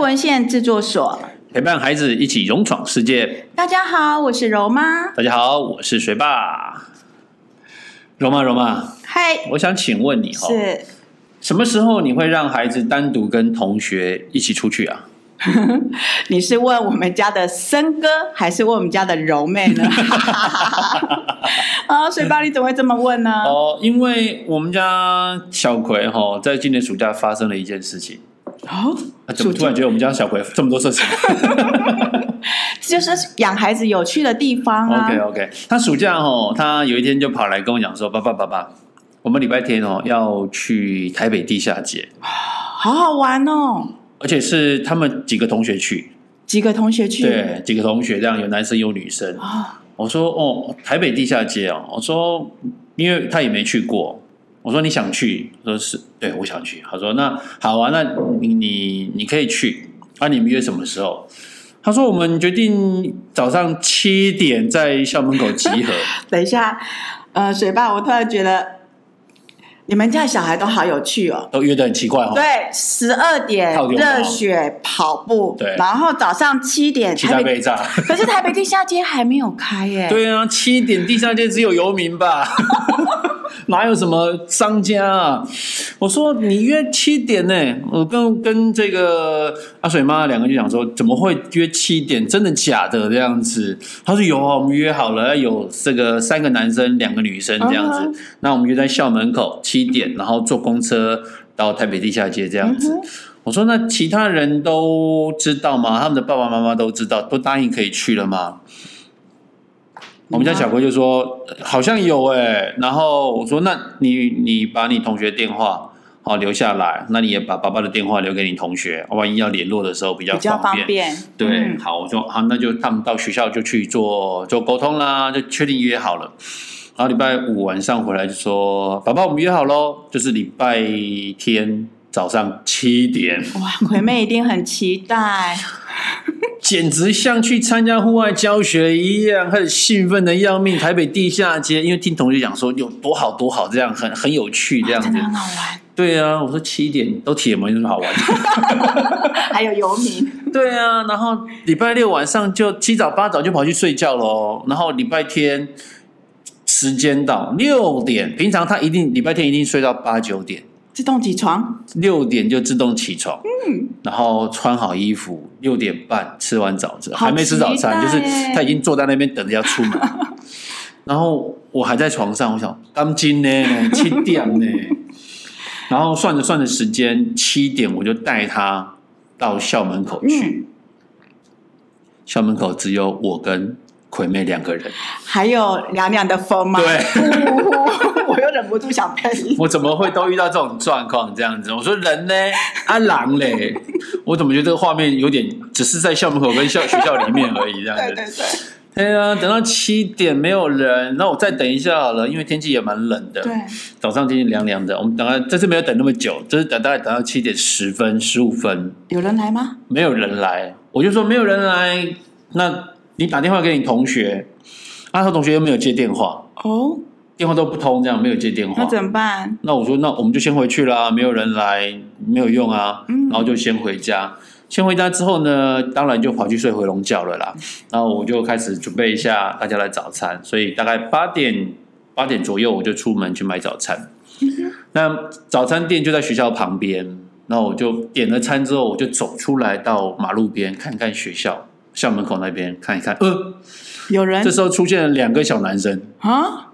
文献制作所。陪伴孩子一起勇闯世界。大家好，我是柔妈。大家好，我是学霸。柔妈，柔妈，嗨，我想请问你哈、哦，是什么时候你会让孩子单独跟同学一起出去啊？你是问我们家的森哥，还是问我们家的柔妹 呢？ 啊，水爸，你怎么会这么问呢？哦，因为我们家小葵哈、哦，在今年暑假发生了一件事情。哦，啊、怎么突然觉得我们家小葵这么多事情这就是养孩子有趣的地方啊。 ？OK OK，他暑假哦，他有一天就跑来跟我讲说：“爸爸爸爸，我们礼拜天哦要去台北地下街，好好玩哦，而且是他们几个同学去，几个同学去。对，几个同学这样，有男生有女生。啊，我说哦，台北地下街哦，我说因为他也没去过，我说你想去，我说是对，我想去。他说那好啊，那你你你可以去，啊，你们约什么时候？他说我们决定早上七点在校门口集合。等一下，呃，水爸，我突然觉得你们家小孩都好有趣哦。都约的很奇怪哦。对，十二点靠丢猫热血跑步，对然后早上七点七大台北，被炸，可是台北地下街还没有开耶。对啊，七点地下街只有游民吧？ 哪有什么商家啊？我说你约七点呢、我跟跟这个阿水妈两个就讲说，怎么会约七点？真的假的这样子？他说有啊，我们约好了，有这个三个男生，两个女生这样子。嗯那我们约在校门口七点，然后坐公车到台北地下街这样子。我说那其他人都知道吗？他们的爸爸妈妈都知道，都答应可以去了吗？我们家小龟就说呃好像有哎、然后我说那你你把你同学电话好留下来，那你也把爸爸的电话留给你同学，万一要联络的时候比较比较方方便。便。对，嗯好，我说好，那就他们到学校就去做做沟通啦，就确定约好了。然后礼拜五晚上回来就说，爸爸，我们约好喽，就是礼拜天早上七点，哇，葵妹一定很期 待。简直像去参加户外教学一样，很兴奋的要命。台北地下街，因为听同学讲说有多好多好，这样很很有趣，这样啊真子的。很好玩，对啊，我说七点都铁门有什么好玩？还有游民，对啊，然后礼拜六晚上就七早八早就跑去睡觉喽，然后礼拜天时间到六点，平常他一定礼拜天一定睡到八九点，自动起床，六点就自动起床，嗯，然后穿好衣服，六点半吃完早餐，好还没吃早餐，就期是待耶他已经坐在那边等着要出 门，然后我还在床上，我想当今呢，七点呢，然后算着算着时间，七点我就带他到校门口去。嗯，校门口只有我跟葵妹两个人，还有凉凉的风嘛，对对， 我又忍不住想 配音。我怎么会都遇到这种状况这样子？我说人 呢，啊狼嘞，我怎么觉得这个画面有点只是在校门口跟校学校里面而已这样对子？对对对啊，等到七点没有人，那我再等一下好了，因为天气也蛮冷的，对，早上天气凉凉的，我们等到这次没有等那么久，这是等大概等到七点十分、十五分，有人来吗？没有人来，我就说没有人来，那你打电话给你同学，啊，他同学又没有接电话。哦，电话都不通，这样没有接电话那。怎么办？那我说，那我们就先回去啦，没有人来，没有用啊，嗯然后就先回家。先回家之后呢，当然就跑去睡回笼觉了啦。然后我就开始准备一下大家的早餐，所以大概八点八点左右我就出门去买早餐。那早餐店就在学校旁边，然后我就点了餐之后，我就走出来到马路边看看学校校门口那边看一看。呃，有人这时候出现了两个小男生，啊？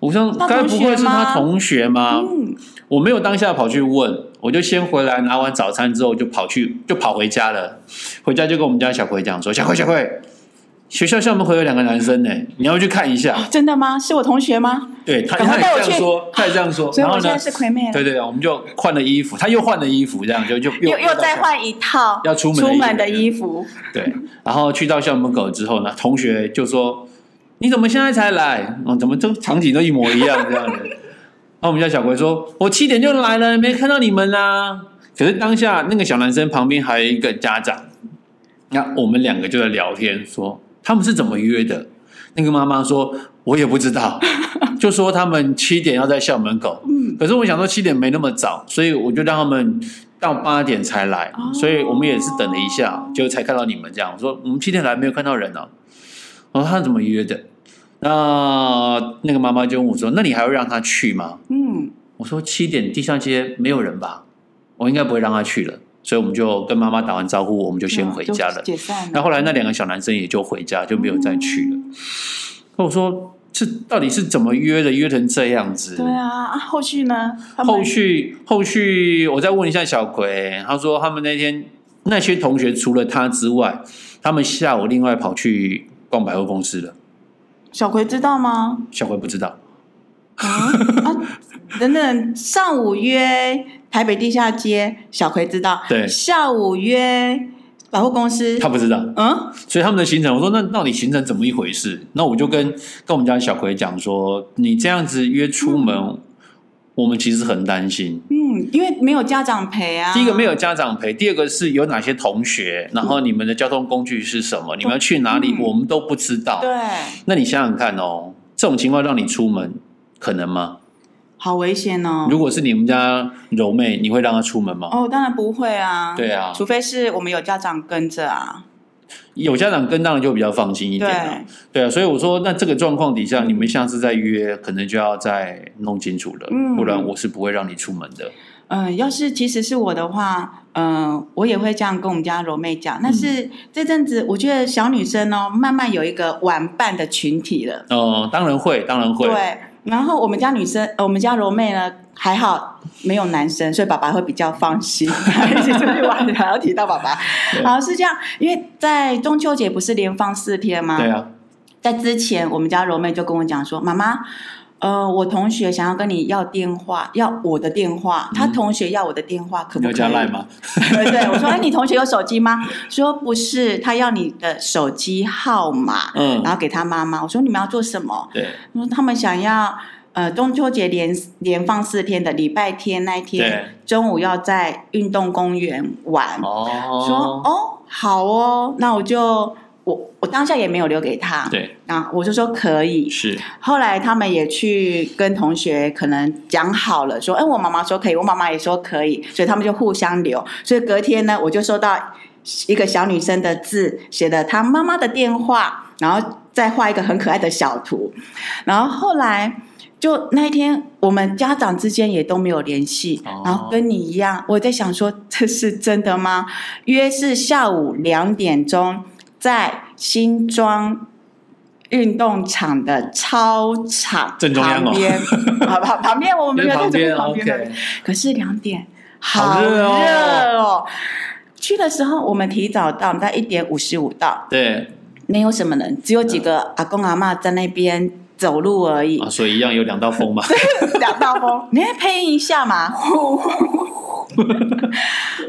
我想，他该同不学会是他吗同学吗？嗯，我没有当下跑去问，我就先回来拿完早餐之后就跑去就跑回家了。回家就跟我们家小葵讲说：“小葵，小葵，学校校门口有两个男生呢、你要去看一下。真的吗？是我同学吗？对”他赶他快也带我这样去说，他也这样说。所以然我后现呢在，是葵妹了，对对对，我们就换了衣服，他又换了衣服，这样就就又又到再校换一套要出门的出门的衣衣服，嗯对，然后去到校门口之后呢，同学就说：“你怎么现在才来？哦，怎么都场景都一模一样这样的？”然后我们家小葵说：“我七点就来了，没看到你们啦、可是当下那个小男生旁边还有一个家长，那我们两个就在聊天说他们是怎么约的。那个妈妈说：“我也不知道，就说他们七点要在校门口。”可是我想说七点没那么早，所以我就让他们到八点才来，哦所以我们也是等了一下，就才看到你们这样。我说我们七点来没有看到人啊，我说他怎么约的？那那个妈妈就问我说：“那你还会让他去吗嗯，？”我说：“七点地下街没有人吧？我应该不会让他去了。”所以我们就跟妈妈打完招呼，我们就先回家了嗯就。解散了。那后来那两个小男生也就回家，就没有再去了。那我说这到底是怎么约的？约成这样子？对啊，啊后续呢？他们后续后续，我再问一下小葵，他说他们那天那些同学除了他之外，他们下午另外跑去逛百货公司了。小葵知道吗？小葵不知道，等等，上午约台北地下街，小葵知道。对下午约百货公司。他不知道，嗯，所以他们的行程，我说那到底行程怎么一回事？那我就跟跟我们家小葵讲说，你这样子约出门，我们其实很担心。嗯，因为没有家长陪啊。第一个没有家长陪，第二个是有哪些同学，然后你们的交通工具是什么，你们要去哪里，嗯我们都不知道。对，那你想想看哦，这种情况让你出门，可能吗？好危险哦。如果是你们家柔妹，你会让她出门吗？哦，当然不会啊。对啊除非是我们有家长跟着啊。有家长跟，当然就比较放心一点了、对，对啊，所以我说，那这个状况底下，你们下次再约，可能就要再弄清楚了，嗯不然我是不会让你出门的。嗯、要是其实是我的话，嗯、我也会这样跟我们家柔妹讲。嗯但是这阵子，我觉得小女生哦，慢慢有一个玩伴的群体了。哦、当然会，当然会。对，啊然后我们家女生，呃我们家柔妹呢，还好没有男生，所以爸爸会比较放心，一起出去玩，还要提到爸 爸。好，是这样，因为在中秋节不是连放四天吗？对啊，在之前，我们家柔妹就跟我讲说，妈妈。呃，我同学想要跟你要电话，要我的电话，他同学要我的电话，可你不有可以？加赖 吗？对对，我说，哎，你同学有手机吗？说不是，他要你的手机号码，嗯然，后给他妈妈。我说你们要做什么？对说他们想要呃中秋节连连放四天的礼拜天那一天中午要在运动公园玩，说哦，哦好哦，那我就我我当下也没有留给他，对啊我就说可以。是，后来他们也去跟同学可能讲好了，说哎我妈妈说可以，我妈妈也说可以，所以他们就互相留。所以隔天呢，我就收到一个小女生的字，写的她妈妈的电话，然后再画一个很可爱的小图。然后后来就那一天，我们家长之间也都没有联系。哦然后跟你一样，我在想说这是真的吗？约是下午两点钟在新庄。运动场的操场正中央哦旁边， 好吧，旁边我们没有在旁这边个旁边， ，OK，可是两点，好好热热哦哦。去的时候我们提早到，大概一点五十五到，对没有什么人，只有几个阿公阿妈在那边走路而已啊，，所以一样有两 道风嘛。两道 风，你来配音一下嘛。呼呼呼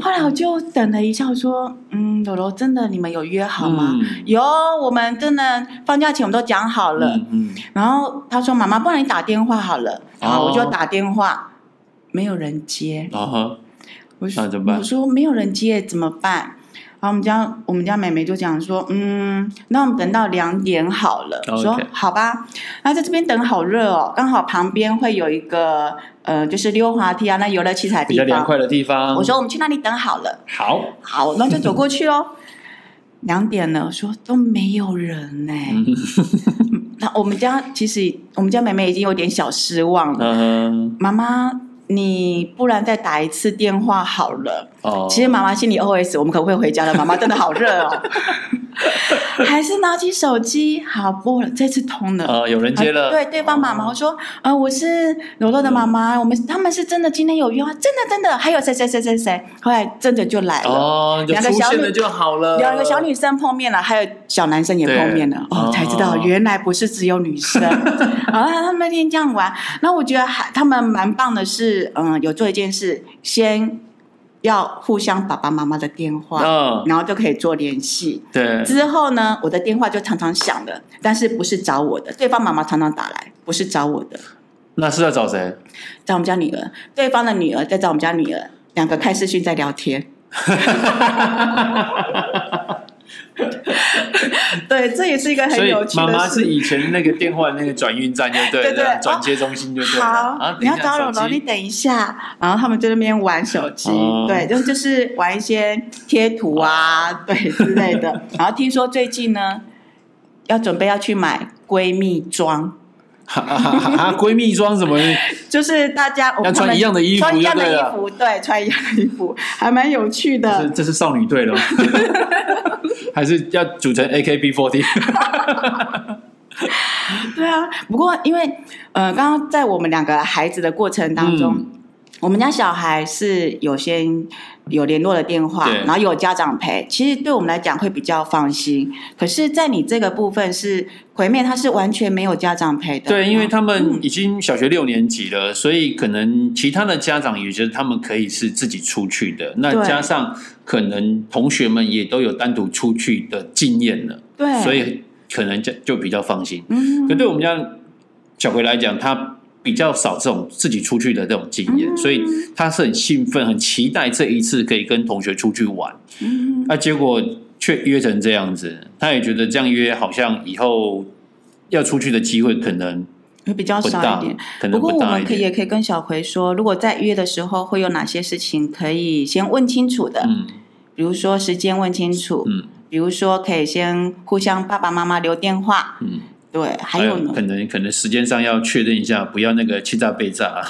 后来我就等了一下，我说：“嗯，柔柔，真的你们有约好吗？”嗯有，我们真的放假前我们都讲好了。嗯嗯，然后他说：“妈妈，不然你打电话好了。好，哦我就打电话，没有人接。啊哈，我那怎么办我说没有人接怎么办？然后我们家我们家妹妹就讲说，嗯，那我们等到两点好了。哦 OK 我说好吧，那在这边等好热哦，刚好旁边会有一个呃，就是溜滑梯啊，那游乐器材的比较地凉方。快的地方。我说我们去那里等好了，好，好，那就走过去哦。 两点了，我说都没有人呢、嗯 那我们家其实我们家妹妹已经有点小失望了。嗯妈妈，你不然再打一次电话好了。哦，其实妈妈心里 OS：我们可不可以回家了？妈妈真的好热哦，还是拿起手机，好拨了，这次通了。呃有人接了，啊对，对方妈妈，我说，呃，我是柔柔的妈妈，我们他们是真的今天有约吗？真的真的，还有谁谁谁谁谁，后来真的就来了，哦，就两个出小现女了就好了，两个小女生碰面了，还有小男生也对碰面了，哦哦，才知道原来不是只有女 生，啊，他们那天这样玩，那我觉得还他们蛮棒的是，嗯，有做一件事，先要互相爸爸妈妈的电话，嗯，然后就可以做联系。对，之后呢，我的电话就常常响了，但是不是找我的，对方妈妈常常打来，不是找我的，那是要找谁？找我们家女儿，对方的女儿在找我 们家女儿，两个开视讯在聊天。对，这也是一个 所很以有趣妈的妈是事。以前那个电话那个转运站就对对对了，转接中心就对了。啊好，，你等要一下到了手楼，你机等一下。然后他们在那边玩手机哦，对，就就是玩一些贴图啊，对之类 的。然后听说最近呢，要准备要去买闺蜜装， 哈哈哈哈哈闺蜜装 什么？就是大家我要们穿一样的衣服穿一样就对的了衣服，对，穿一样的衣服，还蛮有趣这是的。这是少女队 了吗，还是要组成 AKB48？对啊，不过因为呃，刚刚在我们两个孩子的过程当中。嗯我们家小孩是有些有联络的电话，对然后有家长陪，其实对我们来讲会比较放心。可是，在你这个部分是葵妹，她是完全没有家长陪的。对，因为他嗯们已经小学六年级了，所以可能其他的家长也觉得他们可以是自己出去的。那对加上可能同学们也都有单独出去的经验了，对，所以可能就就比较放心。嗯可对我们家小葵来讲，他比较少这种自己出去的这种经验，嗯所以他是很兴奋、很期待这一次可以跟同学出去玩。嗯那、结果却约成这样子，他也觉得这样约好像以后要出去的机会可能会比较不少大一点。，不可能过不我大们一可以点。也可以跟小葵说，如果在约的时候会有哪些事情可以先问清楚的，嗯比如说时间问清楚，嗯比如说可以先互相爸爸妈妈留电话，嗯，对，还有呢可，能可能时间上要确认一下，不要那个欺诈被 诈。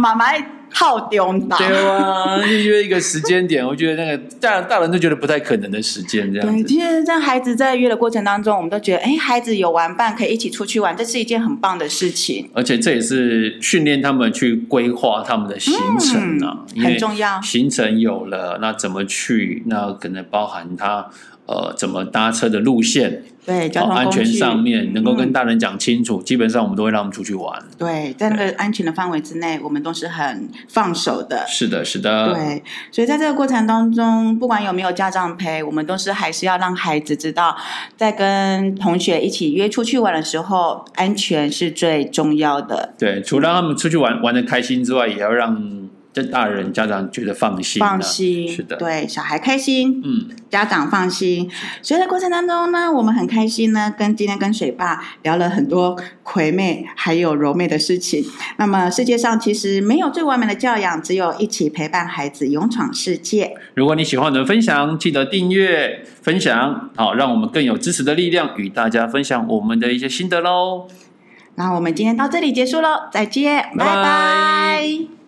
妈妈套丢打。对啊，就 约一个时间点，我觉得那个大大人都觉得不太可能的时间这样对，子。其实，在孩子在约的过程当中，我们都觉得，哎，孩子有玩伴，可以一起出去玩，这是一件很棒的事情，而且这也是训练他们去规划他们的行程啊，因嗯很为重要。行程有了，那怎么去？那可能包含他呃怎么搭车的路线，对，交哦通安工具、全上面能够跟嗯大人讲清楚，基本上我们都会让他们出去玩。对，在那个安全的范围之内，我们都是很放手的。是的，是的，对，所以在这个过程当中，不管有没有家长陪，我们都是还是要让孩子知道，在跟同学一起约出去玩的时候，安全是最重要的，对除了让他们出去玩玩的开心之外，也要让这大人家长觉得放心、啊，放心，是的对，小孩开心，嗯，家长放心。所以在过程当中呢，我们很开心呢，跟今天跟水爸聊了很多葵妹还有柔妹的事情。那么世界上其实没有最完美的教养，只有一起陪伴孩子勇闯世界。如果你喜欢我们的分享，记得订阅、分享，好，让我们更有支持的力量，与大家分享我们的一些心得喽。那我们今天到这里结束喽，再见，拜拜拜拜